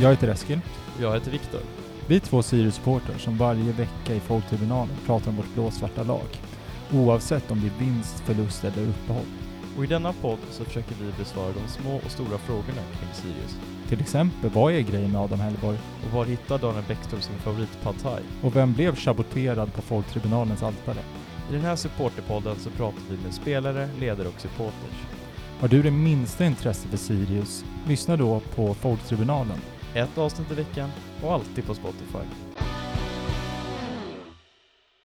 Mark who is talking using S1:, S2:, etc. S1: Jag heter Eskil.
S2: Jag heter Viktor.
S1: Vi är två Sirius-supportrar som varje vecka i Folktribunalen pratar om vårt blåsvarta lag. Oavsett om det är vinst, förlust eller uppehåll.
S2: Och i denna podd så försöker vi besvara de små och stora frågorna kring Sirius.
S1: Till exempel, vad är grejen med Adam Hellborg?
S2: Och var hittar Daniel Bäckström sin favorit Pad Thai?
S1: Och vem blev saboterad på Folktribunalens altare?
S2: I den här supporterpodden så pratar vi med spelare, ledare och supporters.
S1: Har du det minsta intresse för Sirius? Lyssna då på Folktribunalen.
S2: Ett avsnitt i veckan och alltid på Spotify.